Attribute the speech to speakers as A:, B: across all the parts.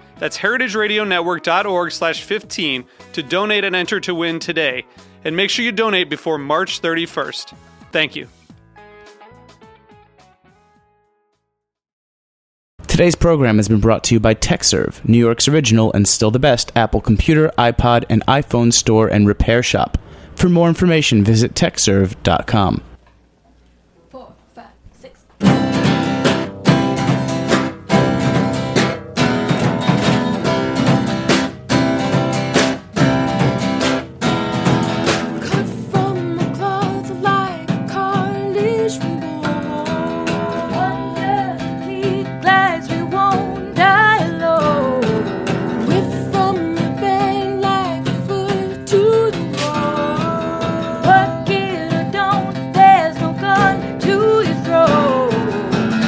A: That's heritageradionetwork.org slash 15 to donate and enter to win today. And make sure you donate before March 31st. Thank you.
B: Today's program has been brought to you by TechServe, New York's original and still the best Apple computer, iPod, and iPhone store and repair shop. For more information, visit techserve.com.
C: four, five, six. Cut from a cloth like cartilage from bone. Under the glass we won't die alone. Whip from the bank like a foot to the wall. But kill or don't, there's no gun to your throat.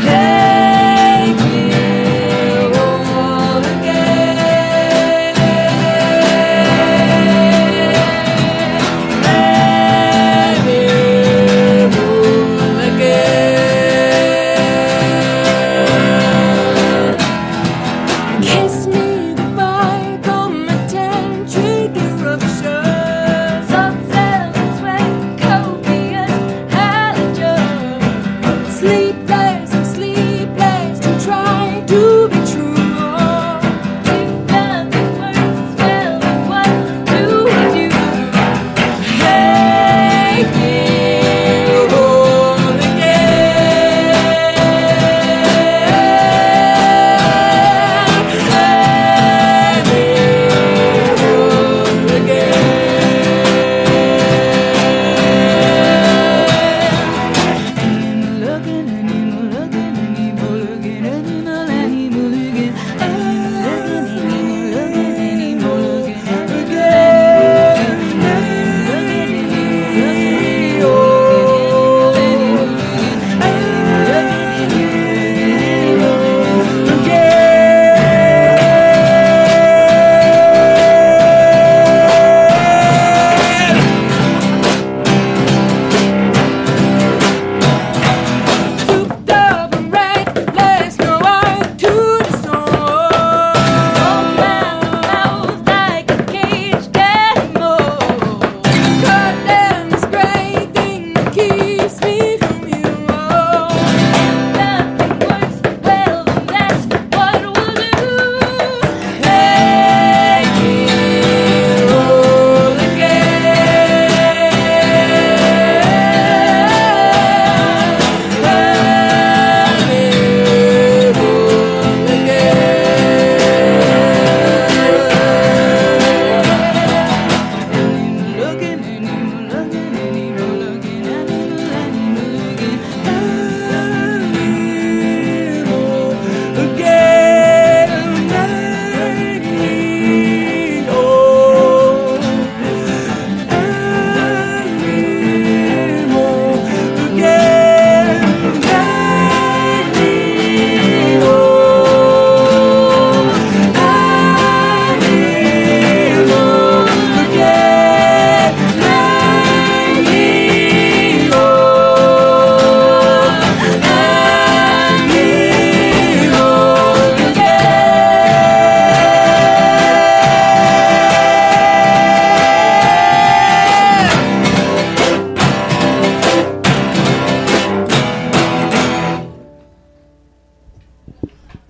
C: Take me over again. Kiss me goodbye, come attend eruptions. Sunset and sweat, copious halogen. Sleepless and sleepless to try to be true. We've done the worst, well, what do we do? Hey, yeah, all Looking at him, looking at him, looking at him, looking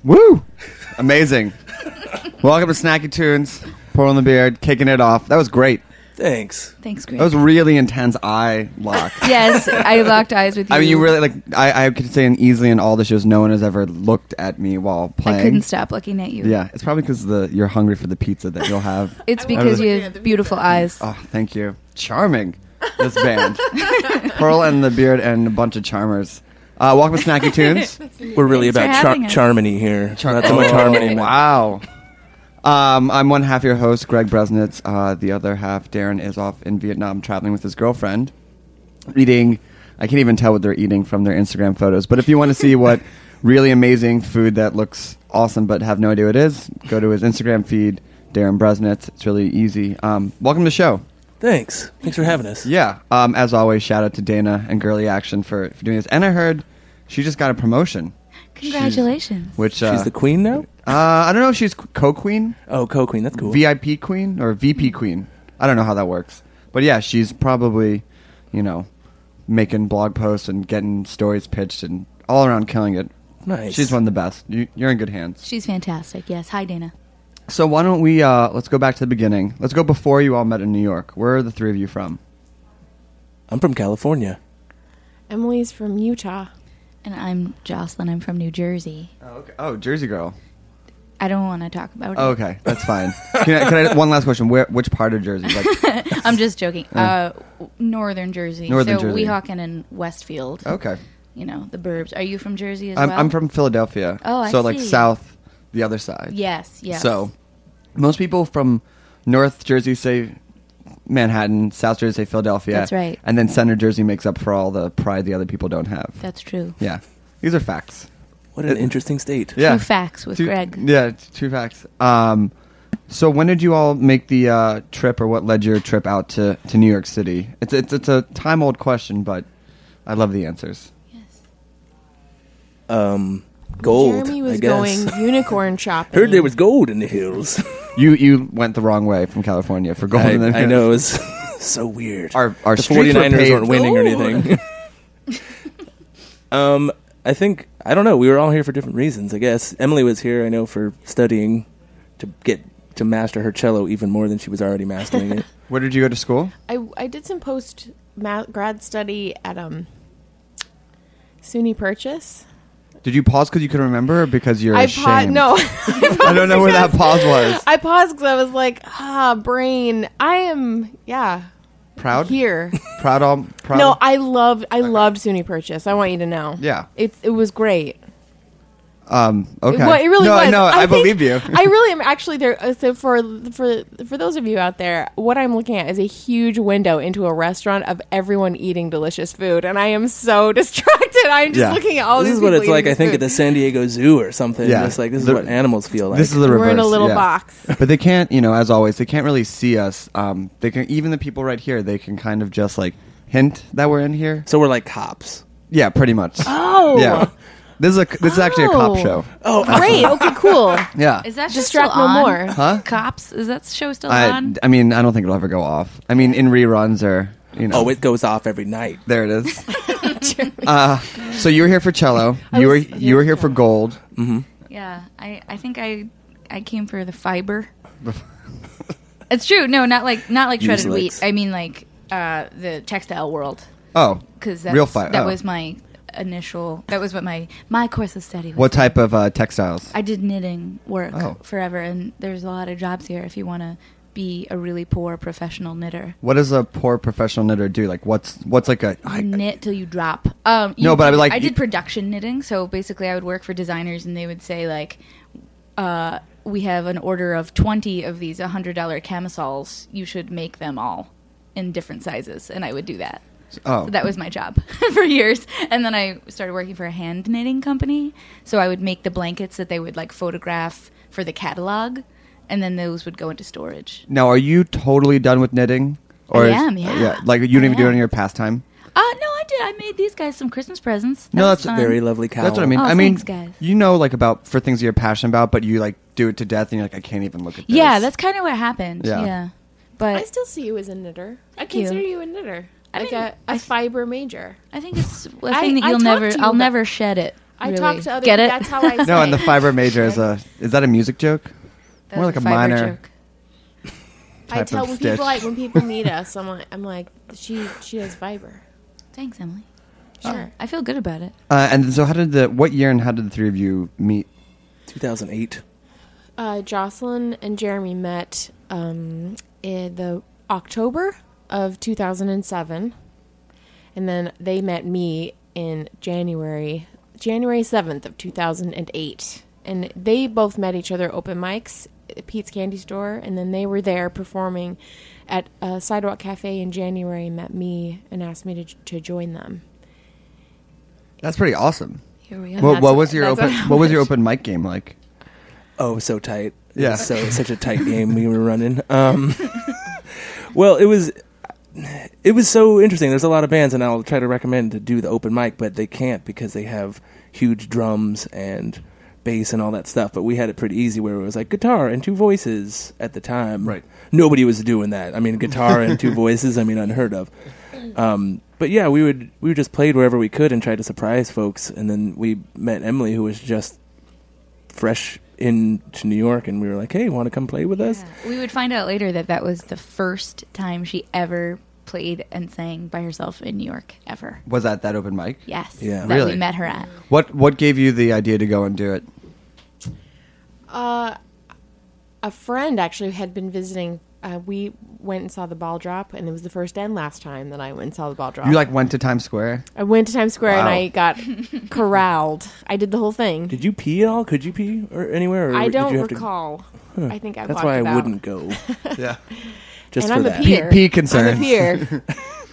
D: Woo! Amazing. Welcome to Snacky Tunes. Pour on the beard, kicking it off. That was great.
E: Thanks.
F: Thanks, Grant.
G: That was really intense eye lock.
F: yes, I locked eyes with you.
G: I mean, you really like. I, I could say in easily in all the shows, no one has ever looked at me while playing.
F: I couldn't stop looking at you.
G: Yeah, it's probably because the you're hungry for the pizza that you'll have.
F: It's
G: I was-
F: because you have beautiful eyes.
G: oh, thank you. Charming. This band, Pearl and the Beard, and a bunch of charmers. Uh, welcome to Snacky Tunes.
E: We're really
F: Thanks for
E: about char-
F: having us.
E: Charmony here. Not so much
G: Oh,
E: harmony. man.
G: Wow. Um, I'm one half your host, Greg Bresnitz. Uh, the other half, Darren, is off in Vietnam traveling with his girlfriend, eating. I can't even tell what they're eating from their Instagram photos. But if you want to see what really amazing food that looks awesome but have no idea what it is, go to his Instagram feed, Darren Bresnitz. It's really easy. Um, welcome to the show.
E: Thanks. Thanks for having us.
G: Yeah. Um, as always, shout out to Dana and Girly Action for, for doing this. And I heard she just got a promotion,
F: Congratulations.
G: which uh,
E: She's the queen now?
G: uh, I don't know if she's co queen.
E: Oh, co queen. That's cool.
G: VIP queen or VP queen. I don't know how that works. But yeah, she's probably, you know, making blog posts and getting stories pitched and all around killing it.
E: nice.
G: She's one of the best. You, you're in good hands.
F: She's fantastic. Yes. Hi, Dana.
G: So why don't we uh, let's go back to the beginning. Let's go before you all met in New York. Where are the three of you from?
E: I'm from California.
H: Emily's from Utah.
F: And I'm Jocelyn. I'm from New Jersey.
G: Oh, okay. oh Jersey girl.
F: I don't want to talk about it.
G: Oh, okay, that's fine. can I, can I, one last question? Where, which part of Jersey? Like,
F: I'm just joking. Uh, northern Jersey.
G: Northern
F: so
G: Jersey.
F: Weehawken and Westfield.
G: okay,
F: You know, the burbs. Are you from Jersey as
G: I'm,
F: well?
G: I'm from Philadelphia.
F: Oh, I
G: so like
F: see.
G: south, the other side.
F: Yes, yes.
G: So, most people from North Jersey say Manhattan, South Jersey say Philadelphia.
F: That's right.
G: And then Center Jersey makes up for all the pride the other people don't have.
F: That's true.
G: yeah. These are facts.
E: What an interesting state.
G: Yeah.
F: True facts with
G: Two-
F: Greg.
G: Yeah, t- two facts. Um, so when did you all make the uh, trip or what led your trip out to, to New York City? It's, it's, it's a time old question, but I love the answers.
E: Um, gold.
H: Jeremy
E: I
H: was
E: guess.
H: going unicorn shopping.
E: Heard there was gold in the hills.
G: You you went the wrong way from California for going.
E: I,
G: to the-
E: I know. It was so weird.
G: Our, our
E: the
G: streets were
E: 49ers
G: paved-
E: aren't winning or
H: Ooh.
E: anything. um, I think I don't know. We were all here for different reasons, I guess. Emily was here, I know, for studying to get to master her cello even more than she was already mastering it.
G: Where did you go to school?
H: I, I did some post ma- grad study at um, SUNY Purchase.
G: Did you pause because you couldn't remember or because you're
H: I paused.
G: ashamed?
H: No,
G: I don't know where that pause was.
H: I paused because I was like, ah, brain. I am, yeah,
G: Proud?
H: here.
G: Proud all proud.
H: No, I loved. I loved SUNY Purchase. I want you to know.
G: Yeah.
H: it's it was great.
G: um okay.
H: Well, it really
G: no,
H: was.
G: No, I,
H: think-
G: believe you.
H: I really am actually there. uh, So for for for those of you out there, what I'm looking at is a huge window into a restaurant of everyone eating delicious food, and I am so distracted. I'm just
G: Yeah.
H: looking at all
E: this
H: these.
E: is what
H: people
E: it's like.
H: eating
E: I think at the
H: food.
E: San Diego Zoo or something.
G: Yeah.
E: It's like this is
G: The-
E: what animals feel like.
G: this is the reverse.
H: We're in a little
G: yeah.
H: box.
G: But they can't, you know, as always, they can't really see us. Um they can even the people right here, they can kind of just like hint that we're in here.
E: so we're like cops.
G: Yeah, pretty much.
H: Oh,
G: Yeah. This is a this is actually a cop
H: Oh.
G: show.
E: Oh,
H: great. Okay, cool.
G: Yeah.
F: Is that show
H: Distract no
F: still on?
H: more.
G: Huh?
F: Cops? Is that show still
G: I
F: on?
G: I mean, I don't think it'll ever go off. I mean, in reruns or, you know.
E: oh, it goes off every night.
G: There it is.
H: Oh
G: uh, so you were here for cello. You were you were here for gold.
E: Mm-hmm.
F: Yeah, I, I think I I came for the fiber. it's true. No, not like not like shredded
E: Use
F: wheat.
E: legs.
F: I mean like uh, the textile world
G: Oh,
F: because
G: real oh. fiber.
F: that was my initial. That was what my my course of study was.
G: What type of uh, textiles?
F: I did knitting work
G: Oh.
F: forever, and there's a lot of jobs here if you want to be a really poor professional knitter.
G: What does a poor professional knitter do? Like, what's what's like a I,
F: knit till you drop. Um, you
G: No, but I
F: did-
G: would like-
F: I did production knitting, so basically I would work for designers, and they would say like, uh, "We have an order of twenty of these hundred dollar camisoles. You should make them all in different sizes," and I would do that.
G: oh
F: So that was my job for years, and then I started working for a hand knitting company. So I would make the blankets that they would like photograph for the catalog, and then those would go into storage.
G: now are you totally done with knitting?
F: I am, yeah.
G: like you didn't
F: I
G: even do it
F: am.
G: in your pastime.
F: Uh, no, I did. I made these guys some Christmas presents. That
G: No,
F: was
G: that's
F: fun.
E: Very lovely cow.
G: That's what I mean.
F: Oh,
G: I mean,
F: thanks, guys.
G: you know, like about for things you're passionate about, but you like do it to death, and you're like, I can't even look at. This.
F: Yeah, that's kind of what happened.
G: Yeah.
F: Yeah. But
H: I
F: I,
H: still see you as a knitter. I
F: you.
H: consider you a knitter,
F: I
H: like
F: mean,
H: a, a fiber major.
F: think it's a thing
H: I-
F: that
H: I
F: you'll
H: talk
F: never,
H: to you
F: I'll
H: about-
F: never shed it.
H: I
F: really.
H: talk to other.
F: Get it?
H: That's how I.
G: no. And the
H: say.
G: fiber major is a is that a music joke?
F: That
G: More
F: was
G: like a
F: fiber
G: minor.
F: joke.
H: I
D: type
H: tell
D: of
H: when
D: stitch.
H: people like when people need us, I'm like, I'm like, she she has fiber.
F: Thanks, Emily. Sure. I feel good about it.
D: uh, and so, how did the what year and how did the three of you meet?
E: 2008.
H: Uh, Jocelyn and Jeremy met um, in the October of 2007, and then they met me in January January 7th of 2008, and they both met each other open mics at Pete's Candy Store, and then they were there performing at a sidewalk cafe in January. and Met me and asked me to to join them.
D: That's pretty awesome.
F: Here we
D: What,
H: that's
D: what was
H: what-
D: your
H: that's
D: open?
H: what-
D: What was your open mic game like?
E: Oh, it was so tight. It
D: Yeah.
E: was so such a tight game we were running. Um, well, it was it was so interesting. There's a lot of bands, and I'll try to recommend to do the open mic, but they can't because they have huge drums and bass and all that stuff. But we had it pretty easy, where it was like guitar and two voices at the time.
D: Right.
E: Nobody was doing that. I mean, guitar and two voices. I mean, unheard of. Um, but yeah, we would we just played wherever we could and tried to surprise folks, and then we met Emily, who was just fresh into New York, and we were like, "Hey, want to come play with us?"
F: We would find out later that that was the first time she ever played and sang by herself in New York ever.
D: Was that that open mic?
F: Yes.
E: Yeah.
F: That
D: Really?
F: we met her at.
D: What What gave you the idea to go and do it?
H: Uh, a friend actually had been visiting. Uh, we went and saw the ball drop, and it was the first and last time that I went and saw the ball drop.
D: You like went to Times Square.
H: I went to Times Square and
D: Wow.
H: I got corralled. I did the whole thing.
E: Did you pee at all? Could you pee or anywhere? Or
H: I
E: did
H: don't
E: you have to-
H: recall. I think I.
E: that's
H: blocked
E: why I
H: it out.
E: wouldn't go.
D: Yeah.
E: Just
H: and
E: for
H: I'm
E: that
H: a peer.
D: Pee- pee concerns.
H: I'm a peer.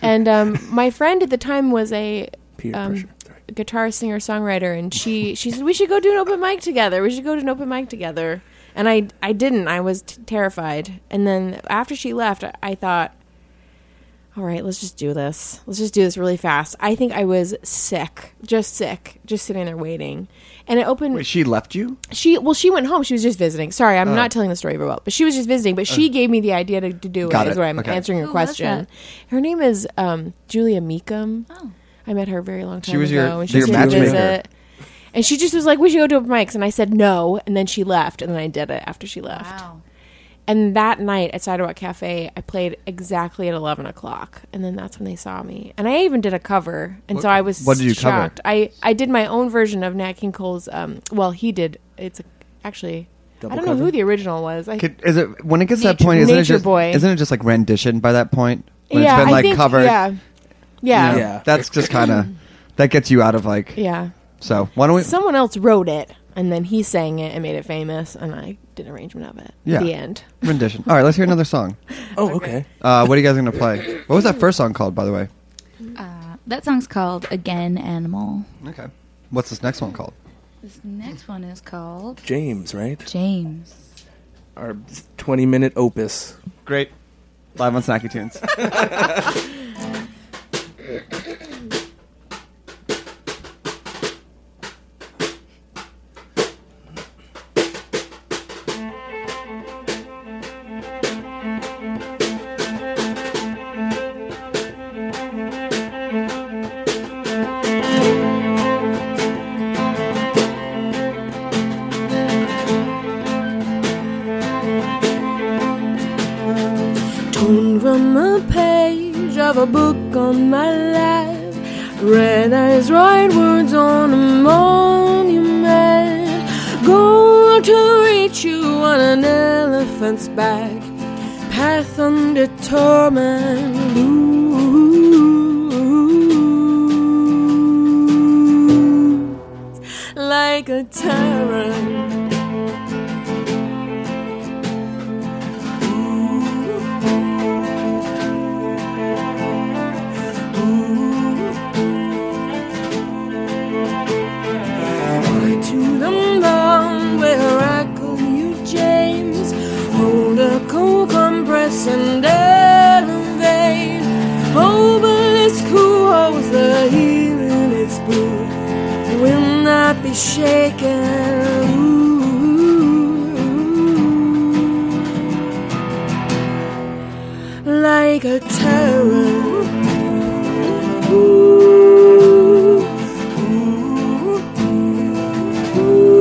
H: and um, my friend at the time was a
E: peer
H: um,
E: pressure. Sorry.
H: guitar singer songwriter, and she she said we should go do an open mic together. We should go to an open mic together. And I I didn't. I was t- terrified. And then after she left, I, I thought, all right, let's just do this. Let's just do this really fast. I think I was sick, just sick, just sitting there waiting. And it opened
D: Wait, she left you.
H: she well she went home she was just visiting sorry
D: Oh.
H: i'm not telling the story very well but she was just visiting but she gave me the idea to, to do
D: Uh. Got
H: it is
D: it.
H: what i'm
D: Okay.
H: answering your
F: Who was
H: question
F: that?
H: her name is um, julia meekum
F: Oh.
H: i met her a very long time
D: She was your-
H: ago and she
D: your
H: was here to
D: matchmaker.
H: visit. and she just was like we should go to open mics and i said no and then she left and then i did it after she left
F: Wow.
H: and that night at sidewalk cafe i played exactly at 11 o'clock and then that's when they saw me and i even did a cover and so i was
D: what did you cover?
H: shocked I, I did my own version of nat king cole's um, well he did it's a, actually
E: Double
H: i don't
E: cover?
H: know who the original was I,
D: Could, is it when it gets to that
F: Nature-
D: point? Isn't it
H: Nature
D: just
H: Boy.
D: isn't it just like rendition by that point? When
H: yeah
D: it's been
H: i
D: like
H: think
D: covered.
H: yeah yeah yeah,
E: Yeah.
D: That's just kind of that gets you out of like. So why don't we?
H: someone else wrote it and then he sang it and made it famous and i did an arrangement of it
D: Yeah.
H: the end
D: rendition. All right, let's hear another song.
E: Oh, okay.
D: Uh, what are you guys gonna play? What was that first song called, by the way?
H: Mm.
F: Uh, that song's called Again Animal.
D: Okay. What's this next one called?
F: This next one is called
E: James, right?
F: James.
E: Our 20 minute opus.
D: Great. Live on Snacky Tunes.
H: torn from a page of a book on my life. Red eyes write words on a monument. Go to reach you on an elephant's back. Path under torment. Ooh. Like a tyrant. to them down where I call you James. Hold a cold compress and elevate. Obelisk who holds the heel in its boot will not be shaken. Ooh. Like a terror. Ooh. Ooh. Ooh.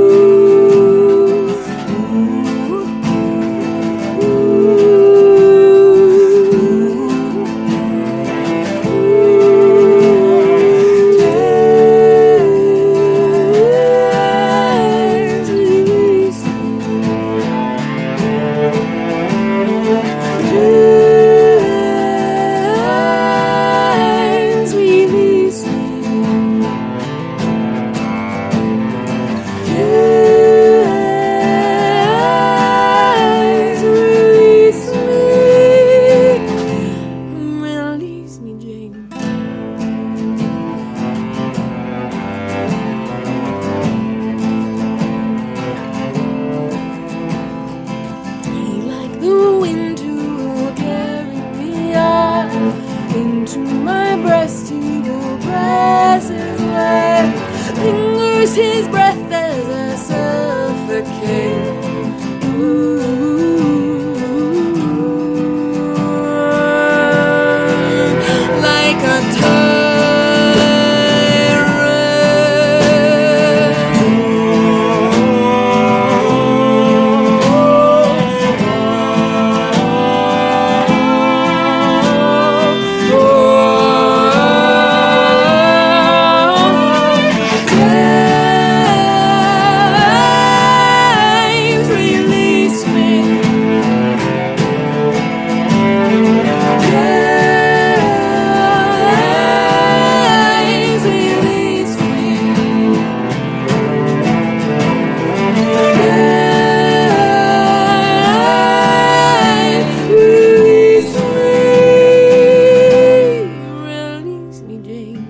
C: to my breast, he will press his way. Lingers his breath as I suffocate. Ooh. Like a tyrant. Times release me. Times release me. Times release me. Release me, Jane.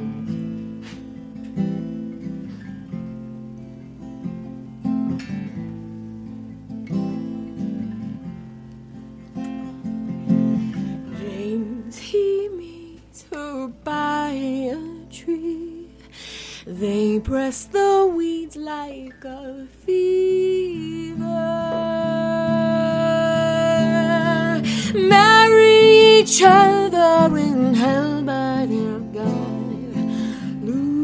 C: James, he meets her by a tree. They press the weeds like a fever. Marry each other in hell, but your God lose.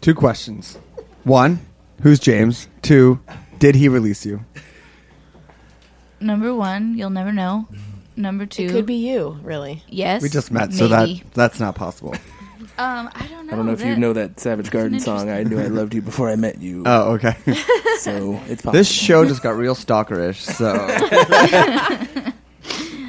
G: Two questions. One, who's James? Two, did he release you?
F: Number one, you'll never know. Number two,
H: It could be you, really.
F: yes.
G: We just met,
F: maybe.
G: so that that's not possible.
F: um, I don't know.
E: I don't know if you
F: that-
E: know that Savage Garden
F: That's an
E: song. I knew I loved you before I met you.
G: Oh, okay.
E: so it's possible.
G: this show just got real stalkerish. So,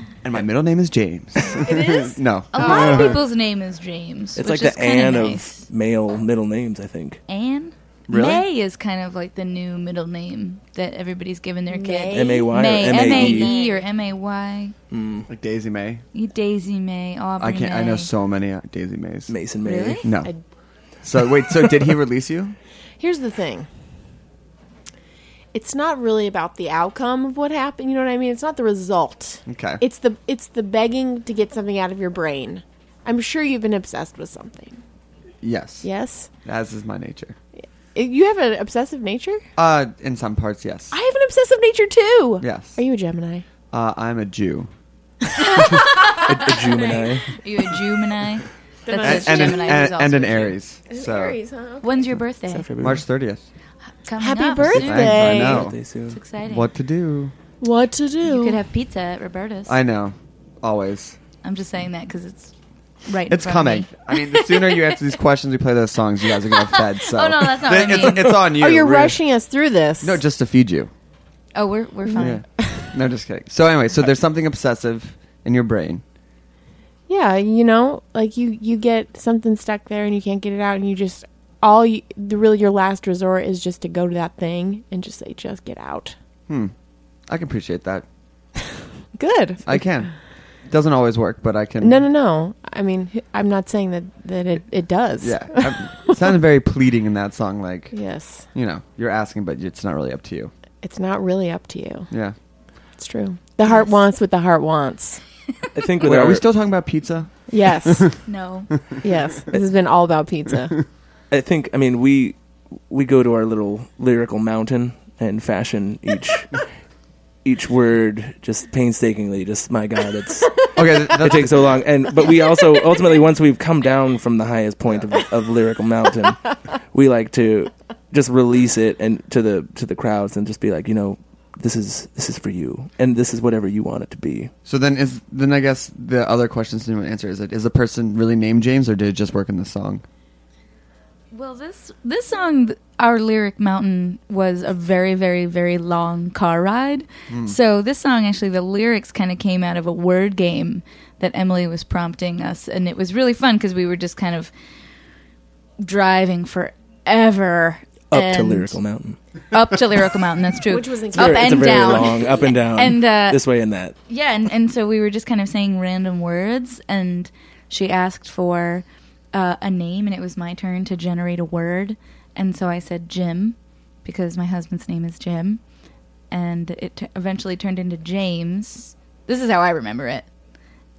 G: and my middle name is James.
H: It is.
G: No,
F: A lot of people's name is James.
E: it's
F: which
E: like the
F: is kinda
E: Anne
F: nice.
E: of male middle names. I think.
F: Anne.
G: Really?
F: May is kind of like the new middle name that everybody's given their kid.
H: May.
E: M A Y or
F: May,
E: M A E.
F: M-A-E or M A Y.
G: Hmm. like Daisy May.
F: Daisy May, Aubrey
G: I can't. I know
F: May.
G: so many uh, Daisy Mays.
E: Mason May.
F: Really?
G: No.
H: I-
G: So wait. So did he release you?
H: Here's the thing. It's not really about the outcome of what happened. You know what I mean? It's not the result.
G: Okay.
H: It's the it's the begging to get something out of your brain. I'm sure you've been obsessed with something.
G: Yes.
H: Yes.
G: As is my nature.
H: I- You have an obsessive nature.
G: Uh, in some parts, yes.
F: Ah.
H: I have an obsessive nature too.
G: Yes.
H: Are you a Gemini?
G: Uh, I'm a Jew.
E: A, a Gemini.
F: You a Gemini? That's
G: And, and,
F: a
G: an,
F: Gemini who's
G: and,
F: also
G: and an
F: a Jew.
G: Aries. So
H: huh?
F: When's your birthday?
G: March 30th.
F: Coming
H: Happy
F: up
H: birthday!
F: soon.
G: Thanks, I
H: Yay.
G: know.
F: It's exciting.
G: What to do?
H: What to do?
F: You could have pizza at Roberta's.
G: I know. Always.
F: I'm just saying that because it's right. in
G: It's
F: front
G: coming.
F: of
G: I mean, the sooner you answer these questions, we play those songs, you guys are going to fed. So.
F: Oh, no, that's not what I
G: it's,
F: mean.
G: it's on you.
H: oh, you're
G: We're-
H: rushing us through this.
G: No, just to feed you.
F: me. Oh, we're we're fine.
G: Yeah. No, just kidding. So, anyway, so there's something obsessive in your brain.
H: yeah, you know, like you you get something stuck there and you can't get it out, and you just all you, the really your last resort is just to go to that thing and just say, just get out.
G: Hmm. I can appreciate that.
H: Good.
G: I can. Doesn't always work, but I can.
H: No, no, no. I mean, h- I'm not saying that that it it does.
G: Yeah. I'm- it sounded very pleading in that song. Like,
H: Yes,
G: you know, you're asking, but it's not really up to you.
H: it's not really up to you.
G: Yeah.
H: It's true. The heart wants what the heart wants.
E: I think. With
G: Wait, are
E: our-
G: we still talking about pizza?
H: Yes,
F: No,
H: yes. This has been all about pizza.
E: I think. I mean, we we go to our little lyrical mountain and fashion each each word just painstakingly. Just my God, it's
G: Okay, th-
E: it
G: that's
E: takes so long. And but we also ultimately once we've come down from the highest point of, of lyrical mountain, we like to just release it and to the to the crowds and just be like, you know, this is this is for you, and this is whatever you want it to be.
G: so. Then is then I guess the other question to answer is: it is the person really named James, or did it just work in the song?
F: Well, this this song, th- our lyric mountain, was a very, very, very long car ride.
E: Hmm.
F: So this song, actually, the lyrics kind of came out of a word game that Emily was prompting us, and it was really fun because we were just kind of driving forever
E: Up to
F: and-
E: lyrical mountain,
F: up to lyrical mountain. That's true.
H: Which was
F: up
H: incredible.
E: it's a
F: and
E: very
F: down.
E: long up and down,
F: And, uh,
E: this way and that.
F: Yeah, and, and so we were just kind of saying random words, and she asked for uh, a name, and it was my turn to generate a word. And so I said Jim, because my husband's name is Jim. And it t- eventually turned into James. This is how I remember it.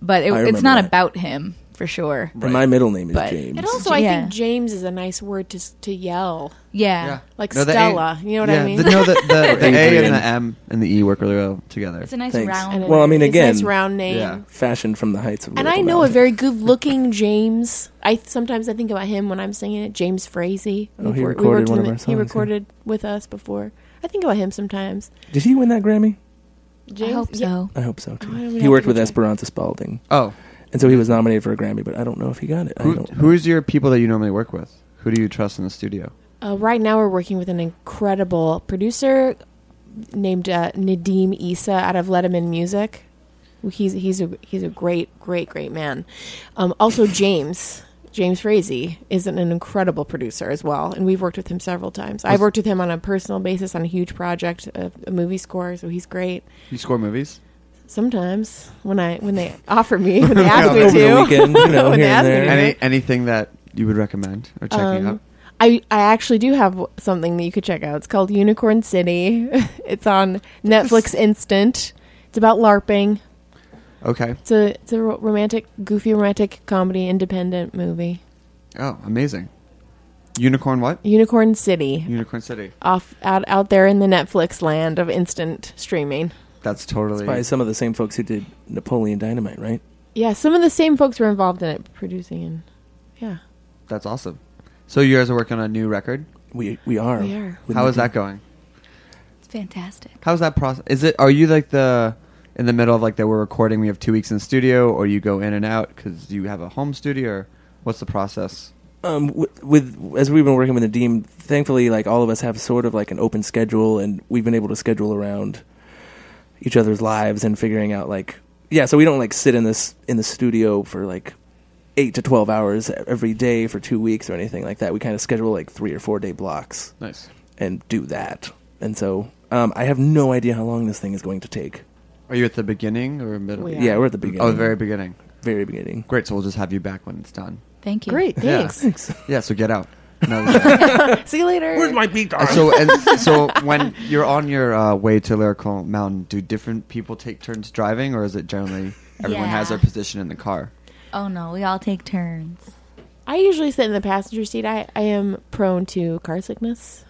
F: But it,
E: I
F: it's
E: remember
F: not
E: that.
F: about him, for sure.
E: And my middle name is
F: But-
E: James.
H: And also, I
F: Yeah.
H: think James is a nice word to s- to yell,
F: Yeah.
H: like
G: No, the A-
H: Stella. you know what
G: yeah,
H: I mean?
G: The, no, the, the, the A
E: Adrian.
G: and the M and the E work really well together.
F: It's a nice
E: Thanks.
F: round.
H: And it-
E: Well, I mean,
H: it's a nice
E: again-
H: round name.
G: Yeah.
E: Fashioned from the heights of
H: And I
E: lyrical
H: know a
E: mountain.
H: very good-looking James. I sometimes I think about him when I'm singing it. James Frazee.
E: Oh,
H: We've
E: he
H: wor-
E: recorded
H: worked
E: one
H: with
E: of
H: him-
E: our
H: He
E: songs, yeah.
H: recorded with us before. I think about him sometimes.
E: Did he win that Grammy?
H: James,
F: I hope
H: yeah.
F: so.
E: I hope so too.
H: I would
E: he
H: have
E: worked
H: to
E: with
H: check.
E: Esperanza Spalding,
G: Oh,
E: and so he was nominated for a Grammy, but I don't know if he got it. I
G: who,
E: don't.
G: who is your people that you normally work with? Who do you trust in the studio?
H: Uh, right now, we're working with an incredible producer named uh, Nadim Issa out of Letterman Music. He's he's a he's a great great great man. Um, also, James James Frazee is an, an incredible producer as well, and we've worked with him several times. I've worked with him on a personal basis on a huge project, a, a movie score, so he's great.
G: You score movies?
H: Sometimes when I when they offer me when they ask
G: Over
H: me
G: the
H: to,
E: weekend, you know,
H: When they
E: here and
H: ask me to
E: there.
H: do it.
G: Any anything that you would recommend or checking
H: Um,
G: out?
H: I, I actually do have w- something that you could check out. It's called Unicorn City. it's on Netflix Instant. It's about LARPing.
G: Okay.
H: It's a it's a ro- romantic, goofy romantic comedy independent movie.
G: Oh, amazing. Unicorn what?
H: Unicorn City,
G: Unicorn City.
H: off out out there in the Netflix land of instant streaming.
G: That's totally.
E: By some of the same folks who did Napoleon Dynamite, right?
H: Yeah, some of the same folks were involved in it, producing and yeah.
G: That's awesome. So you guys are working on a new record.
E: We we are.
H: We are.
E: With
G: How is
E: Nikki.
G: that going?
F: It's fantastic.
G: How's that process? Is it? Are you like the in the middle of like that? We're recording. We have two weeks in the studio, or you go in and out because you have a home studio. Or what's the process?
E: um, with, with as we've been working with the Nadim, thankfully, like all of us have sort of like an open schedule, and we've been able to schedule around each other's lives and figuring out like yeah, so we don't like sit in this in the studio for like eight to twelve hours every day for two weeks or anything like that. We kind of schedule like three or four day blocks
G: Nice.
E: and do that. And so um, I have no idea how long this thing is going to take.
G: Are you at the beginning or middle?
H: We
E: Yeah,
H: Yeah.
E: we're at the beginning.
G: Oh, the very beginning.
E: very beginning.
G: Great. So we'll just have you back when it's done.
F: Thank you.
H: Great,
G: Yeah.
H: thanks.
G: Yeah. So get out. No, no.
H: See you later.
E: beat?
G: And Uh, so and so when you're on your uh, way to Lyrical Mountain, do different people take turns driving, or is it generally everyone has
F: Yeah.
G: their position in the car?
F: Oh no, we all take turns.
H: I usually sit in the passenger seat. I, I am prone to car sickness.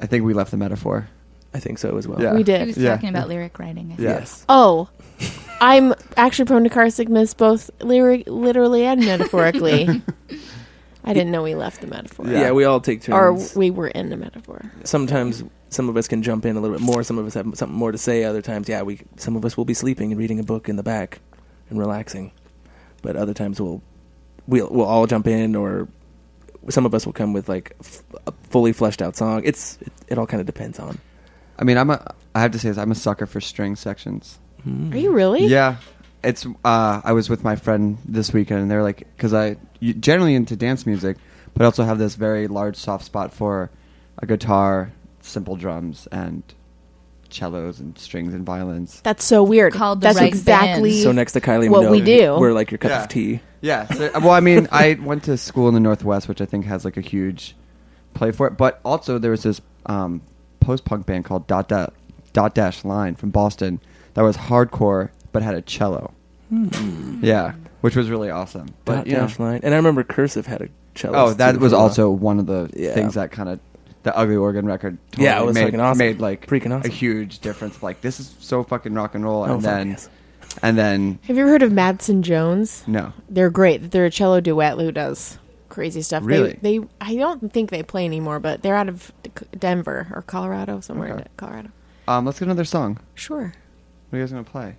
G: I think we left the metaphor.
E: I think so as well.
G: Yeah.
H: We
F: He
H: did.
F: was
G: Yeah.
F: talking about lyric writing. I think.
E: Yes.
H: Oh, I'm actually prone to car sickness, both lyric, literally and metaphorically. I didn't know we left the metaphor.
E: Yeah. we all take
H: Or
E: turns.
H: we were in the metaphor.
E: sometimes some of us can jump in a little bit more. Some of us have something more to say. Other times, yeah, we some of us will be sleeping and reading a book in the back and relaxing, but other times we'll we'll we'll all jump in, or some of us will come with like f- a fully fleshed out song. It's it, it all kind of depends on.
G: I mean, I'm a. I have to say, this, I'm a sucker for string sections.
E: Mm.
H: Are you really?
G: Yeah, it's. Uh, I was with my friend this weekend, and they're like, because I you- generally into dance music, but I also have this very large soft spot for a guitar, simple drums, and cellos and strings and violins.
H: That's so weird.
F: Called the
H: That's
F: right
H: exactly
F: band.
E: Mm. So next to Kylie
H: What
E: Minogue,
H: we do.
E: we're like your cup
G: Yeah.
E: of tea.
G: Yeah. So, uh, well, I mean, I went to school in the Northwest, which I think has like a huge play for it. But also, there was this um, post punk band called Dot Dot Dot Dash Line from Boston that was hardcore but had a cello. Yeah, which was really awesome. But
E: Hmm. Dot
G: you know-
E: dash line, and I remember Cursive had a cello.
G: oh, that
E: too
G: was
E: for a while.
G: also one of the
E: Yeah.
G: things that kind of the Ugly Organ record. Totally
E: Yeah, it was
G: made,
E: fucking awesome.
G: Made like
E: Freaking awesome.
G: a huge difference. Like this is so fucking rock and roll,
E: Oh,
G: and
E: fuck
G: then
E: yes.
G: and then
H: Have you ever heard of Madsen Jones?
G: no.
H: They're great. They're a cello duet who does crazy stuff.
G: Really?
H: They, they I don't think they play anymore, but they're out of D- Denver or Colorado, somewhere
G: Okay.
H: in Colorado.
G: Um, let's get another song.
H: Sure.
G: What are you guys gonna play?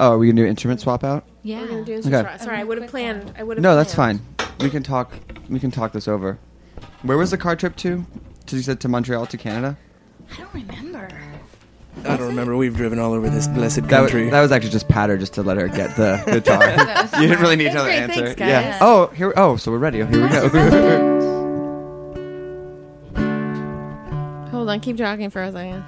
G: Oh, are we gonna do instrument swap out?
F: Yeah.
G: Okay. sorry-
H: Sorry, I would have planned. I would have.
G: No, that's fine. We can talk. We can talk this over. Where was the car trip to? To you said to Montreal to Canada.
F: I don't remember.
E: I don't remember. We've driven all over this blessed
G: Uh, That was,
E: country.
G: that was actually just patter, just to let her get the guitar.
F: That was
G: you didn't really need
H: That's
G: another
H: great,
G: answer.
H: thanks,
G: Yeah.
H: guys.
G: Oh, here. Oh, so we're ready. Here we go.
F: That's
H: Hold on, keep talking for a second.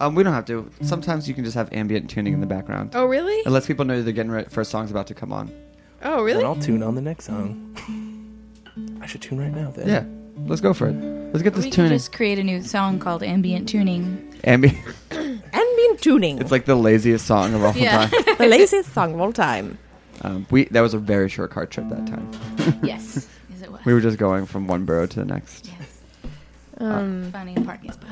G: um, we don't have to. Sometimes you can just have ambient tuning in the background.
H: Oh really?
G: It lets people know they're getting ready. First song's about to come on.
H: Oh
E: and
H: really?
E: I'll tune on the next song. I should tune right now. Then.
G: Yeah. Let's go for it. Let's get this
F: we can
G: tuning.
F: just create a new song called ambient tuning.
G: Ambient.
H: And being tuning.
G: It's like the laziest song of all
F: Yeah.
G: time.
H: the laziest song of all time.
G: Um, we that was a very short car trip that time.
F: yes. Yes, it was.
G: We were just going from one borough to the next.
F: Yes.
H: Um,
F: Finding a parking spot.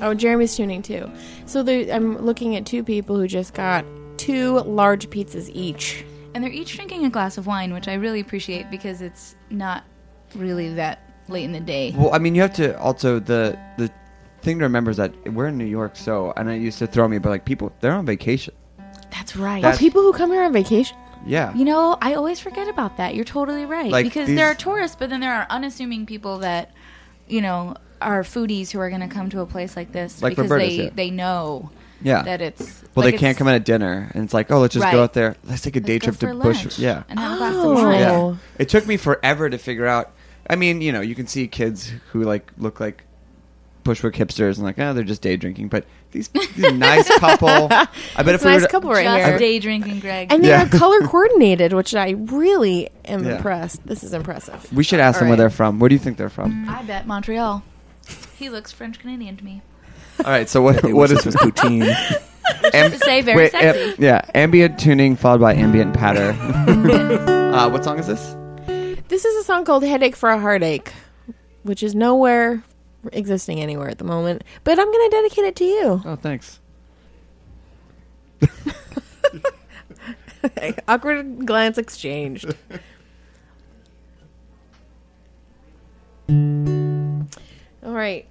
H: oh, Jeremy's tuning too. So there, I'm looking at two people who just got two large pizzas each.
F: And they're each drinking a glass of wine, which I really appreciate because it's not really that late in the day.
G: Well, I mean, you have to also the the thing to remember is that we're in New York, so and it used to throw me, but like people, they're on vacation.
F: That's right.
G: That's-
H: People who come here on vacation.
G: Yeah,
F: You know, I always forget about that. You're totally right.
G: Like,
F: because
G: these-
F: there are tourists, but then there are unassuming people that, you know, are foodies who are going to come to a place like this
G: Like
F: because
G: Roberta's
F: they
G: here.
F: they know
G: yeah.
F: that it's
G: well,
F: like
G: they can't
F: it's-
G: come in at dinner, and it's like, oh, let's just
F: Right.
G: go out there. Let's take a
F: let's
G: day
F: go
G: trip
F: for
G: to Bush.
F: lunch
G: Yeah,
F: and have a glass of
H: Oh.
F: wine.
G: yeah.
H: Oh.
G: It took me forever to figure out. I mean, you know, you can see kids who like look like Bushwick hipsters and like, oh, they're just day drinking, but these, these nice couple. I bet if
H: It's a
G: we were
H: nice
G: to-
H: couple right
F: Just
H: here.
F: day drinking, Greg.
H: And they
G: Yeah.
H: are color coordinated, which I really am
G: Yeah.
H: impressed. This is impressive.
G: we should ask them
H: All
G: where
H: right.
G: they're from. Where do you think they're from?
F: I bet Montreal. He looks French Canadian to me.
G: All right, so what
E: It
G: what
E: was
G: is
E: just was poutine?
G: Am-
F: to say, very
G: am-
F: sexy.
G: yeah, ambient tuning followed by ambient patter. uh, what song is this?
H: This is a song called Headache for a Heartache, which is nowhere existing anywhere at the moment. But I'm going to dedicate it to you.
G: Oh, thanks.
H: Awkward glance exchanged.
C: right.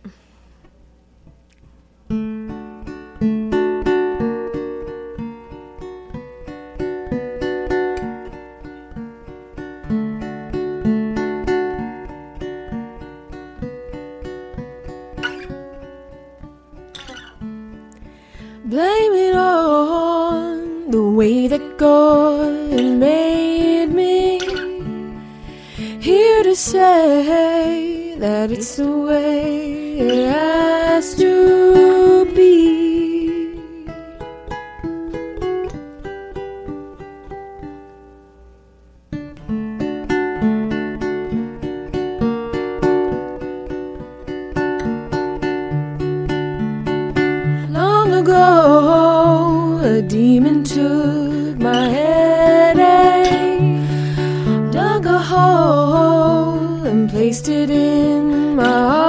C: Blame it on the way that God made me. Here to say that it's the way it has to be. Long ago, a demon took my headache, dug a hole and placed it in my eh?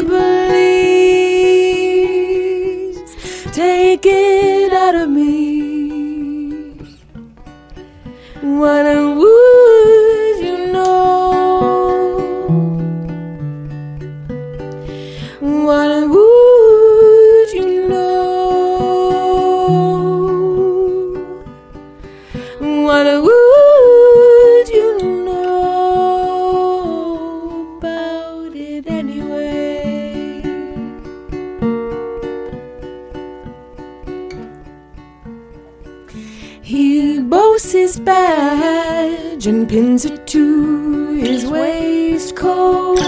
C: heartache. Please take it out of me. What would you know? What would you know? What would you know about it anyway? He boasts his badge and pins it to his waistcoat.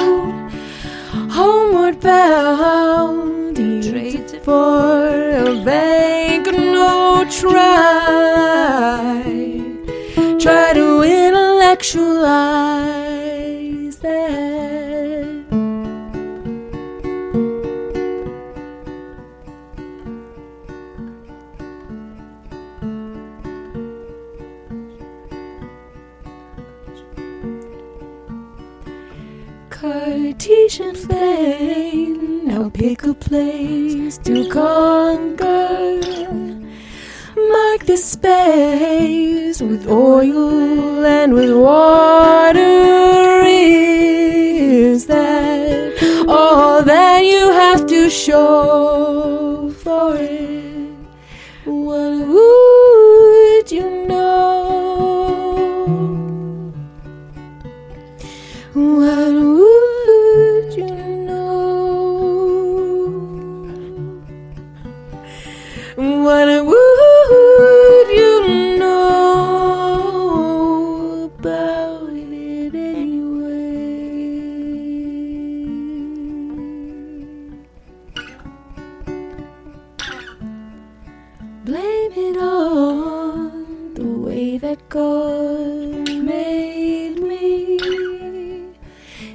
C: Homeward bound, he trades it for a banknote. Try, try to intellectualize that. Cartesian plane. Now pick a place to conquer. Mark the space with oil and with water. Is that all that you have to show for it? What would you know? What would you know? What would you know about it anyway? Blame it on the way that God made me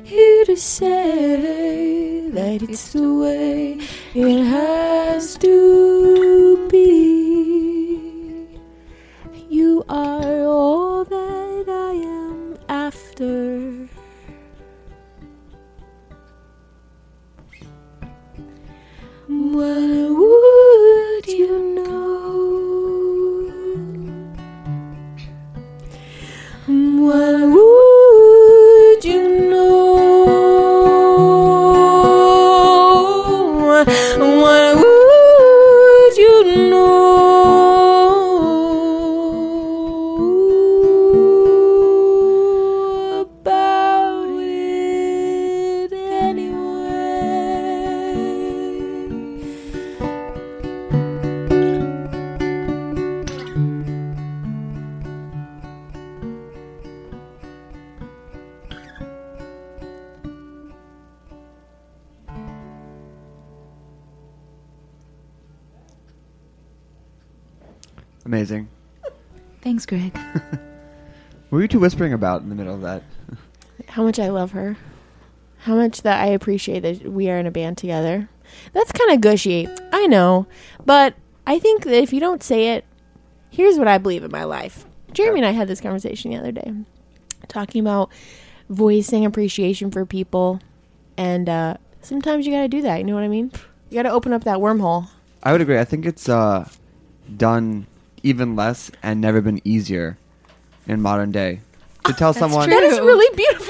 C: here to say that it's the way it has to be. You are all that I am after. What would you know? What would you know? What would you know about it anyway?
G: Amazing.
H: Thanks, Greg.
G: What were you two whispering about in the middle of that?
C: how much I love her, how much that I appreciate that we are in a band together. That's kind of gushy, I know, but I think that if you don't say it, here's what I believe in my life. Jeremy and I had this conversation the other day, talking about voicing appreciation for people, and uh, sometimes you got to do that. You know what I mean? You got to open up that wormhole.
G: I would agree. I think it's uh, done even less and never been easier in modern day. to tell someone.
H: That is really beautiful.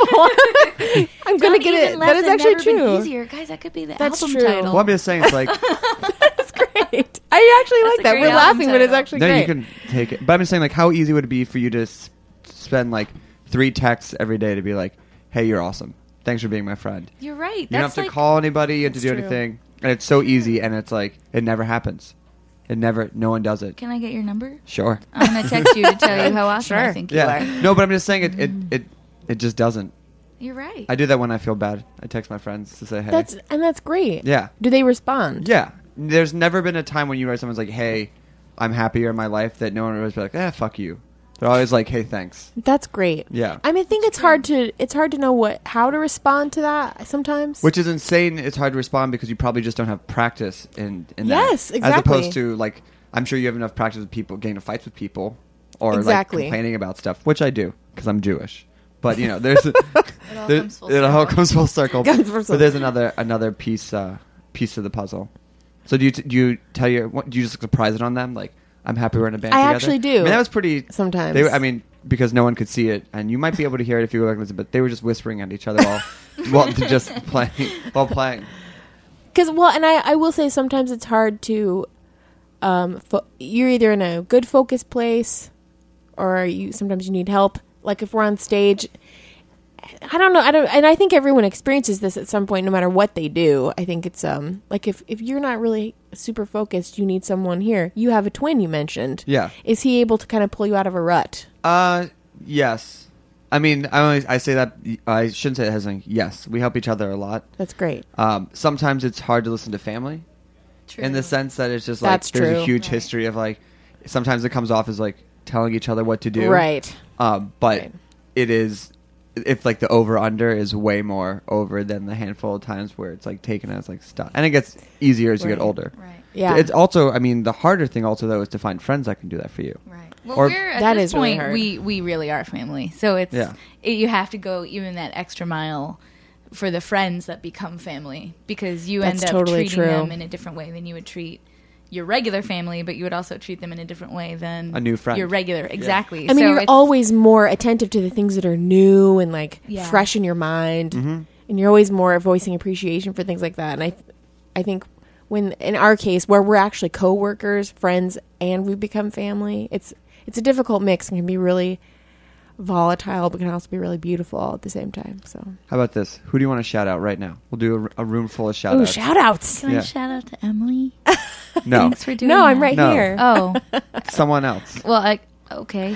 H: I'm gonna get it. That is actually true.
F: Easier, guys. That could be the
H: That's
F: album
H: true.
F: title.
G: Well, I'm just saying, it's like
H: That's great. I actually
F: That's
H: like that.
F: a great
H: We're
F: album
H: laughing, but it's
F: title.
H: actually
G: no,
H: great.
G: you can take it. But I'm just saying, like, how easy would it be for you to s- spend like three texts every day to be like, "Hey, you're awesome. Thanks for being my friend."
F: You're right.
G: You don't have
F: That's
G: to
F: like
G: call anybody. You have to
H: That's
G: do
H: true.
G: anything, and it's so easy. And it's like it never happens. It never. No one does it.
F: Can I get your number?
G: Sure.
F: I'm gonna text you to tell you how awesome I
H: Sure.
F: think
G: Yeah.
F: you Mm. are.
G: No, but I'm just saying it. It it it just doesn't.
F: You're right.
G: I do that when I feel bad. I text my friends to say, "Hey."
H: That's and that's great.
G: yeah.
H: Do they respond?
G: Yeah. There's never been a time when you write someone's like, "Hey, I'm happier in my life," that no one would always be like, "Ah, fuck you." They're always like, "Hey, thanks."
H: That's great.
G: Yeah.
H: I mean, I think it's hard to it's hard to know what how to respond to that sometimes.
G: Which is insane. It's hard to respond because you probably just don't have practice in in that.
H: Yes,
G: As
H: exactly.
G: opposed to like, I'm sure you have enough practice with people getting into fights with people or
H: Exactly.
G: like complaining about stuff, which I do because I'm Jewish. But you know, there's it all,
F: comes full
G: it all
F: circle.
G: comes full circle.
H: Comes full circle.
G: But there's another another piece uh, piece of the puzzle. So do you t- do you tell your what, do you just surprise it on them like I'm happy we're in a band?
H: I
G: together?
H: actually do.
G: I mean, that was pretty
H: Sometimes.
G: They, were- I mean, because no one could see it, and you might be able to hear it if you go back and listen. But they were just whispering at each other while while they're just playing while playing.
H: Because well, and I I will say sometimes it's hard to, um, fo- you're either in a good focus place, or you sometimes you need help. Like if we're on stage, I don't know. I don't, and I think everyone experiences this at some point, no matter what they do. I think it's um like if if you're not really super focused, you need someone here. You have a twin you mentioned.
G: Yeah.
H: Is he able to kind of pull you out of a rut?
G: Uh, yes. I mean, I always, I say that I shouldn't say it as like yes. We help each other a lot.
H: That's great.
G: Um, sometimes it's hard to listen to family
F: True.
G: in the sense that it's just like
H: That's
G: there's
H: true.
G: a huge history of like sometimes it comes off as like telling each other what to do.
H: Right.
G: Um, but
H: Right.
G: it is if like the over under is way more over than the handful of times where it's like taken as like stuff, and it gets easier as you get
H: Right.
G: older.
F: Right.
H: Yeah.
G: It's also, I mean, the harder thing also though is to find friends that can do that for you.
F: Right. Well,
G: Or-
F: we're at
H: That
F: this
H: is really
F: point
H: hard.
F: we we really are family. So it's
G: Yeah.
F: it, you have to go even that extra mile for the friends that become family because you
H: That's
F: end up
H: totally
F: treating
H: true.
F: them in a different way than you would treat your regular family, but you would also treat them in a different way than
G: A new friend.
F: Your regular, exactly.
H: I mean,
F: So
H: you're
F: it's-
H: always more attentive to the things that are new and like
F: Yeah.
H: fresh in your mind, and you're always more voicing appreciation for things like that. And I, th- I think when in our case where we're actually coworkers, friends, and we become family, it's it's a difficult mix and can be really volatile, but can also be really beautiful at the same time. So,
G: How about this? Who do you want to shout out right now? We'll do a, a room full of shout
H: oh,
G: outs.
H: shout outs!
F: Can I
G: Yeah.
F: shout out to Emily?
G: no,
F: Thanks for doing.
H: No, I'm
F: that.
H: right
G: No.
H: here.
F: Oh,
G: someone else.
F: well, I, okay.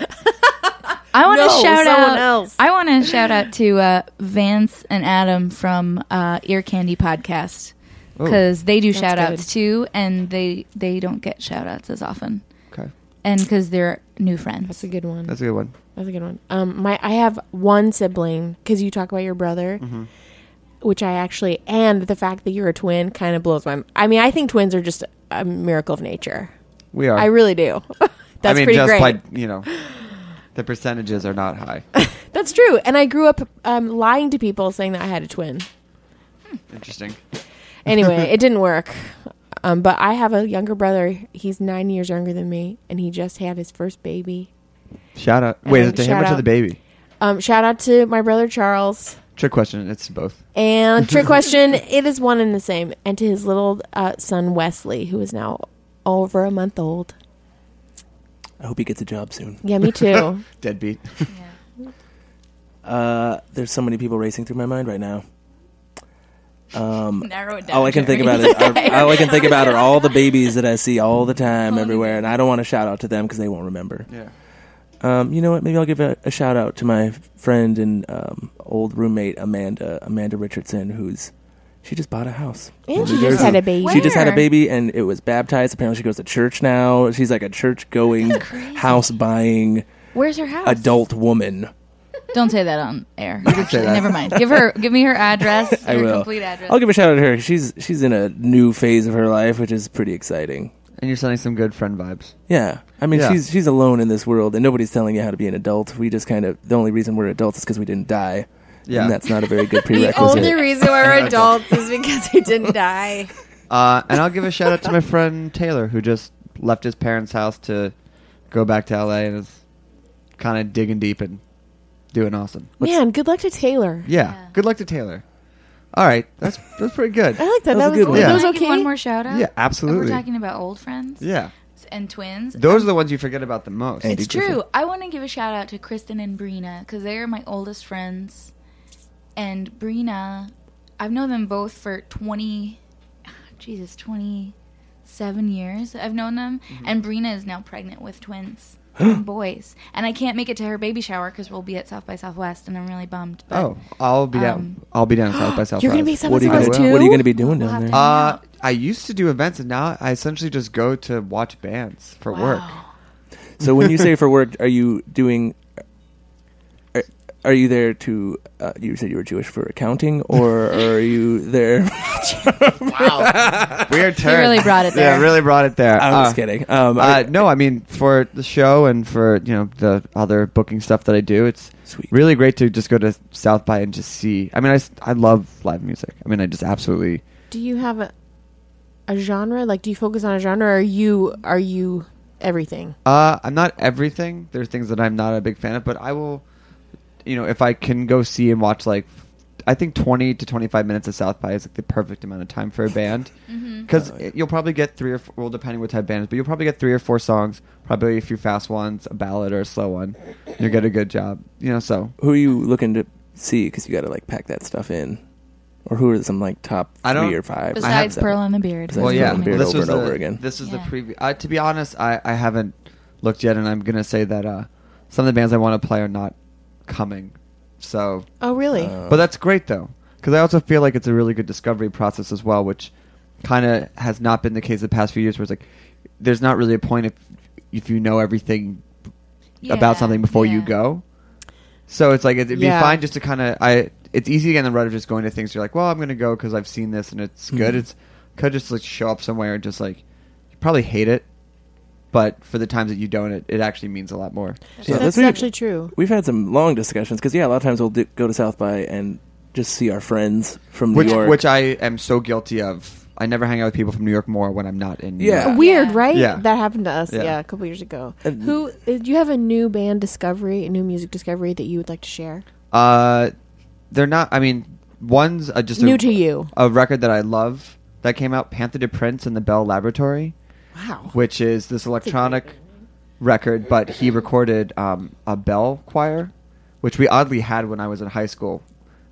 F: I want to
H: No,
F: shout
H: someone
F: out.
H: else.
F: I want to shout out to uh, Vance and Adam from uh, Ear Candy Podcast because they do
H: That's
F: shout outs
H: good.
F: too, and they they don't get shout outs as often,
G: Okay,
F: and because they're new
H: That's
F: friends.
H: a good one.
G: that's a good one.
H: That's a good one. Um, my I have one sibling because you talk about your brother,
G: Mm-hmm.
H: which I actually and the fact that you're a twin kind of blows my. I mean, I think twins are just a miracle of nature.
G: We are.
H: I really do. That's
G: I mean,
H: pretty
G: just
H: great.
G: by you know, the percentages are not high.
H: That's true. And I grew up um, lying to people saying that I had a twin.
G: Interesting.
H: Anyway, it didn't work. Um, but I have a younger brother. He's nine years younger than me, and he just had his first baby.
G: Shout out. Wait, is
H: And
G: it to him
H: shout
G: or to
H: out-
G: the baby?
H: Um, shout out to my brother Charles.
G: Trick question. It's both.
H: And trick question, it is one and the same. And to his little uh, son Wesley, who is now over a month old.
E: I hope he gets a job soon.
H: Yeah, me too.
G: Deadbeat.
E: Uh, there's so many people racing through my mind right now. Um,
F: Narrow it down.
E: All I can think
F: Jeremy.
E: about is all I can think about are all the babies that I see all the time everywhere, and I don't want to shout out to them because they won't remember.
G: yeah.
E: Um, you know what? Maybe I'll give a, a shout out to my friend and um, old roommate Amanda Amanda Richardson, who's she just bought a house.
H: and she
E: New
H: just
E: Jersey.
H: had a baby.
E: She just had a
F: Where?
E: baby and it was baptized. Apparently, she goes to church now. She's like a church going, house buying
H: Where's her house?
E: adult woman.
F: Don't say that on air.
G: say that.
F: Never mind. Give her. Give me her address.
E: I
F: her
E: will.
F: complete address.
E: I'll give a shout out to her. She's she's in a new phase of her life, which is pretty exciting.
G: And you're sending some good friend vibes.
E: Yeah, I mean
G: Yeah.
E: she's she's alone in this world, and nobody's telling you how to be an adult. We just kind of the only reason we're adults is because we didn't die.
G: Yeah.
E: and that's not a very good
H: The
E: prerequisite.
H: only reason we're adults is because we didn't die.
G: Uh, and I'll give a shout out to my friend Taylor, who just left his parents' house to go back to LA and is kind of digging deep and doing awesome.
H: Man, good luck to Taylor.
G: Yeah.
F: Yeah.
G: Good luck to Taylor. All right, that's that's pretty good.
H: I like that.
E: That
H: That was,
E: was a good one.
H: that
G: Yeah.
H: was
F: Can I give
H: okay.
F: one more shout out?
G: Yeah,
F: If
G: absolutely.
F: We're talking about old friends
G: yeah,
F: and twins.
G: those are the ones you forget about the most.
E: It's
F: It's true. I want to give a shout out to Kristen and Brina because they are my oldest friends. And Brina, I've known them both for 20, Jesus, 27 years. I've known them. And Brina is now pregnant with twins. and boys and I can't make it to her baby shower because we'll be at South by Southwest and I'm really bummed. but um,
G: Oh, I'll be down. I'll be down South by Southwest.
H: You're gonna be South by
E: What are you
G: I
E: gonna,
H: Southwest
G: will.
H: too?
E: What are you going to be doing
F: We'll
E: down
F: have
E: there?
F: to-
G: Uh, I used to do events, and now I essentially just go to watch bands for work.
E: So when you say for work, are you doing? Are, are you there to? Uh, you said you were Jewish for accounting, or are you there?
G: Weird
F: He
G: turn.
F: really brought it
G: yeah,
F: there.
G: really brought it there.
E: I'm
G: Uh,
E: just kidding. Um,
G: Uh,
E: are-
G: no, I mean for the show and for you know the other booking stuff that I do, it's
E: Sweet.
G: really great to just go to South by and just see. I mean, I, s- I love live music. I mean, I just absolutely
H: Do you have a a genre? Like, do you focus on a genre? Or are you are you everything?
G: Uh, I'm not everything. There are things that I'm not a big fan of, but I will, you know, if I can go see and watch like, I think 20 to 25 minutes of South by is like the perfect amount of time for a band,
F: Mm-hmm.
G: because you'll probably get three or four, well, depending what type of band it is, but you'll probably get three or four songs, probably a few fast ones, a ballad or a slow one. You'll get a good job, you know. So
E: who are you looking to see? Because you got to like pack that stuff in, or who are some like top
G: I don't-
E: three or five? or
F: Besides
E: seven?
F: Pearl and the Beard.
E: Well,
G: well,
E: That's
G: yeah,
E: what we
G: well,
E: did
G: this
E: over
G: was
E: and
G: the,
E: over again.
G: This is
F: Yeah.
G: the preview. Uh, to be honest, I, I haven't looked yet, and I'm gonna say that uh, some of the bands I want to play are not coming. So
H: Oh, really?
G: But that's great though, because I also feel like it's a really good discovery process as well, which kind of has not been the case the past few years. Where it's like there's not really a point if if you know everything about something before you
F: yeah.
G: go. So it's like it'd be
H: Yeah.
G: fine just to kind of I. It's easy to get in the rut of just going to things. You're like, well, I'm gonna go because I've seen this and it's
E: Hmm.
G: good. It's could just like show up somewhere and just like you probably hate it, but for the times that you don't, it, it actually means a lot more.
E: Yeah,
H: that's
E: what we-
H: actually true.
E: We've had some long discussions because yeah, a lot of times we'll do, go to South by and just see our friends from
G: Which
E: New York.
G: which I am so guilty of. I never hang out with people from New York more when I'm not in. New
E: Yeah.
G: York.
H: Weird,
F: Yeah.
H: right?
G: Yeah.
H: That happened to us.
G: Yeah.
H: Yeah, a couple years ago.
E: And-
H: Who? uh, Do you have a new band discovery, a new music discovery that you would like to share?
G: Uh, they're not. I mean, one's uh, just
H: New
G: a,
H: to you.
G: A record that I love that came out, Panther de Prince and the Bell Laboratory,
H: Wow.
G: which is this electronic record, but he recorded um, a bell choir, which we oddly had when I was in high school.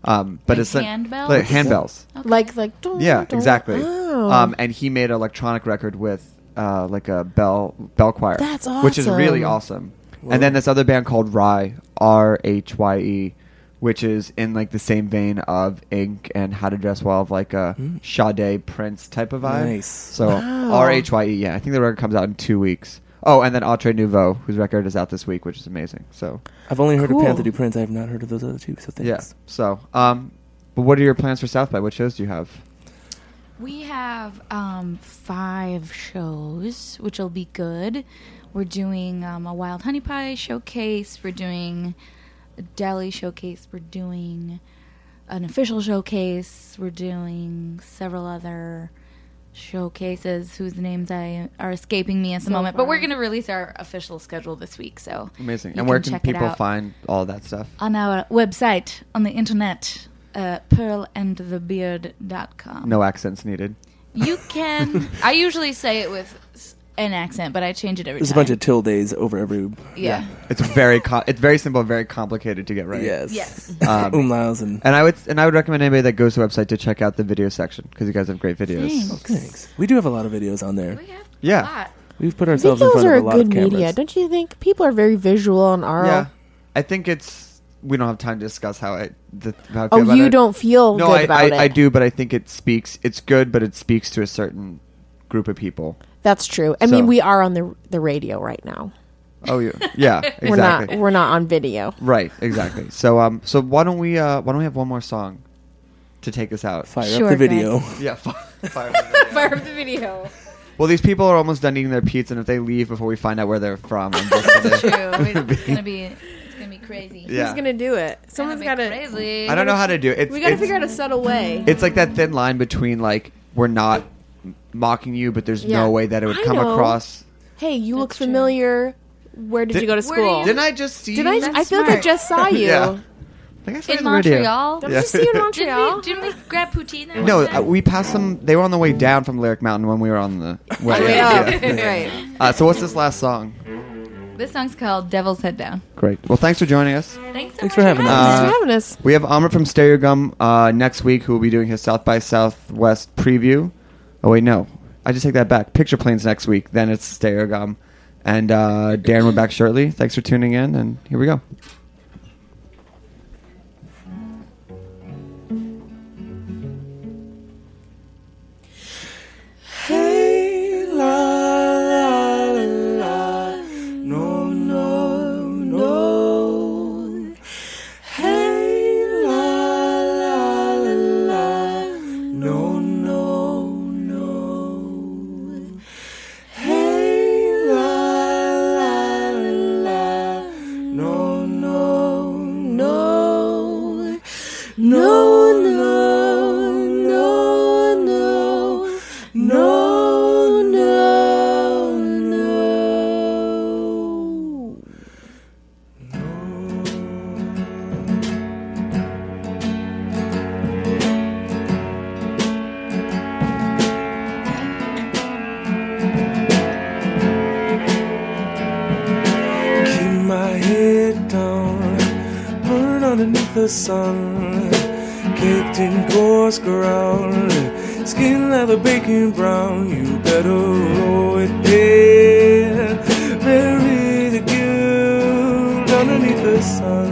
G: Um, but
F: Like
G: it's like-
F: handbells?
G: like handbells.
H: Like, like, dun,
G: Yeah,
H: dun.
G: exactly.
H: Oh.
G: Um, and he made an electronic record with uh, like a bell bell choir.
H: That's
G: Which is really
H: awesome.
G: awesome. And then this other band called Rye, R H Y E, which is in like the same vein of Ink and How to Dress Well, of like a Sade Prince type of vibe.
E: Hmm. Nice.
G: So
H: Wow.
G: R H Y E, yeah. I think the record comes out in two weeks. Oh, and then Autre Nouveau, whose record is out this week, which is amazing. So
E: I've only heard
H: Cool.
E: of Panther Du Prince. I have not heard of those other two. So thanks.
G: yeah. So, um, but what are your plans for South by? What shows do you have?
F: We have um, five shows, which will be good. We're doing um, a wild honey pie showcase. We're doing a deli showcase. We're doing an official showcase. We're doing several other showcases whose names I are escaping me at the moment. But we're going to release our official schedule this week. So
G: Amazing.
F: you
G: and where can
F: check it
G: people
F: out
G: find all that stuff?
F: on our website on the internet. Uh, pearlandthebeard.com.
G: No accents needed.
F: You can. I usually say it with s- an accent, but I change it every
E: There's a
F: time.
E: bunch of tildes over every.
F: yeah.
G: It's very com- it's very simple, very complicated to get right.
E: Yes.
F: Yes.
G: Um,
E: Umlauts and
G: And I would and I would recommend anybody that goes to the website to check out the video section because you guys have great videos.
F: Thanks.
E: Oh, Thanks. We do have a lot of videos on there.
F: We have
G: Yeah.
F: a lot.
E: We've put
H: I think
E: ourselves in
H: those
E: front
H: are a
E: of a lot
H: good
E: of cameras.
H: media, don't you think? People are very visual and are.
G: Yeah, I think it's we don't have time to discuss how I the, how I feel
H: Oh,
G: about
H: you
G: it.
H: don't feel
G: No,
H: good
G: I,
H: about
G: I,
H: it.
G: I do, but I think it speaks. It's good, but it speaks to a certain group of people.
H: That's true. I
G: So-
H: mean, we are on the the radio right now.
G: Oh yeah, yeah, exactly.
H: We're not we're not on video.
G: right, exactly. So um, so why don't we uh, why don't we have one more song to take us out?
E: Fire
F: Sure,
E: up the
F: Greg.
E: video.
G: Yeah, fi- fire.
F: Fire up the video.
G: well, these people are almost done eating their pizza, and if they leave before we find out where they're from, I'm just gonna-
F: True. It's gonna be. It's gonna be crazy.
G: yeah.
H: do it?
F: Someone's
H: gotta-
F: crazy.
G: I don't know how to do it. It's, it's-
H: out a subtle way.
G: It's like that thin line between like we're not m- mocking you, but there's
H: Yeah.
G: no way that it would
H: I
G: come
H: know.
G: across.
H: Hey, you look
F: That's true.
H: familiar. Where did,
G: Did-
H: you go to
F: Where do
H: school?
F: you-
G: Didn't I just see?
H: Did I?
F: That's
H: I feel like I
F: smart.
H: just saw you.
G: Yeah. I think I saw you
F: in
G: on the radio.
F: Montreal.
H: Did I just see you in
F: Didn't we,
H: Montreal?
F: didn't we grab poutine? there
G: No,
F: one time?
G: uh, we passed some. They were on the way down from Lyric Mountain when we were on the way
H: Way
G: up.
H: up.
G: Yeah.
H: Right.
G: Uh, so what's this last song?
F: This song's called "Devil's Head Down."
G: Great. Well, thanks for joining us. Uh,
F: Thanks so
I: Thanks
F: much
I: for having us.
H: Thanks for having us.
G: We have Amr from Stereo Gum uh, next week, who will be doing his South by Southwest preview. Oh wait, no, I just take that back. Picture Planes next week. Then it's Stereo Gum, and uh, Darren will be back shortly. Thanks for tuning in, and here we go.
I: Hey, la, la, la, no, no, no. Hey, la, la, la, la, no, no, no. Hey, la, la, la, la, no, no, no. No, no, no, no. No, no, no. Keep my head down, burn underneath the sun. Caked in coarse ground, skin leather baking brown. You better roll it there. Bury the guilt underneath the sun.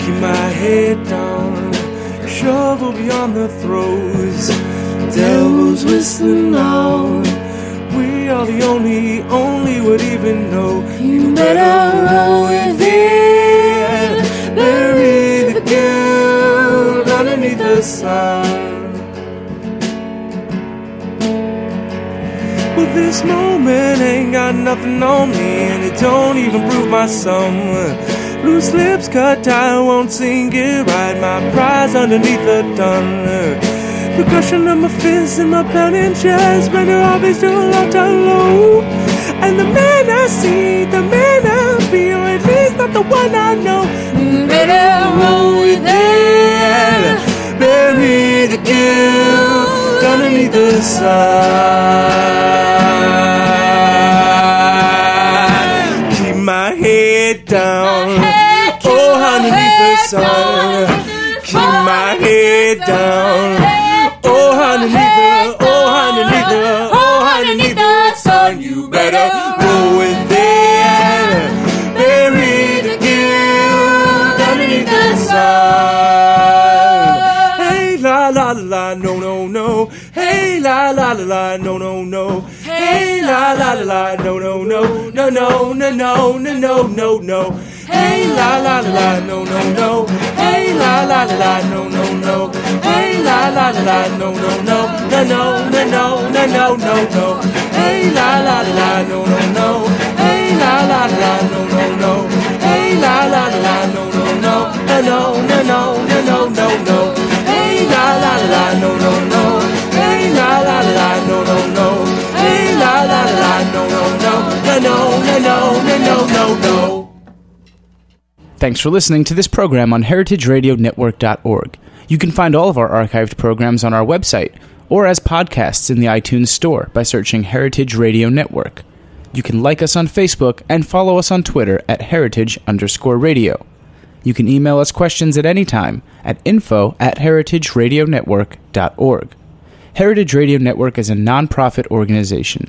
I: Keep my head down, shovel beyond the throes. Devil's whistling now. We are the only, only would even know. You better roll with it. Bury the guilt underneath the sun. Well, this moment ain't got nothing on me, and it don't even prove my sum. Loose lips cut tie won't sing it right. My prize underneath the dun. Percussion of my fists and my pounding chest, bring your hobbies to a long time low. And the man I see, the man I be, or at least not the one I know. Better roll with it, bury the guilt underneath the sun. Keep my head down, oh, underneath the sun. Keep my head down, oh, underneath the, oh, underneath the, oh, underneath the sun. You better roll with it, bury the guilt underneath the sun. Hey la la la la, no no no. Hey la la la la, no no no. Hey la la la la, no no no. No no no no no no no no. Hey la la la la, no no no. Hey la la la la, no no no. Hey la la la la, no no no. No no no no no no no no. Hey la la la la, no no no. Hey la la la la, no no no. Hey la la la la, no no no. No no no no no no no no. Hey la la la, no no no. Hey la la la, no no no. Hey la la la, no no no. No no no no no no no.
B: Thanks for listening to this program on heritageradionetwork.org. You can find all of our archived programs on our website or as podcasts in the iTunes Store by searching Heritage Radio Network. You can like us on Facebook and follow us on Twitter at heritage underscore radio. You can email us questions at any time at info at heritageradionetwork.org. Heritage Radio Network is a nonprofit organization.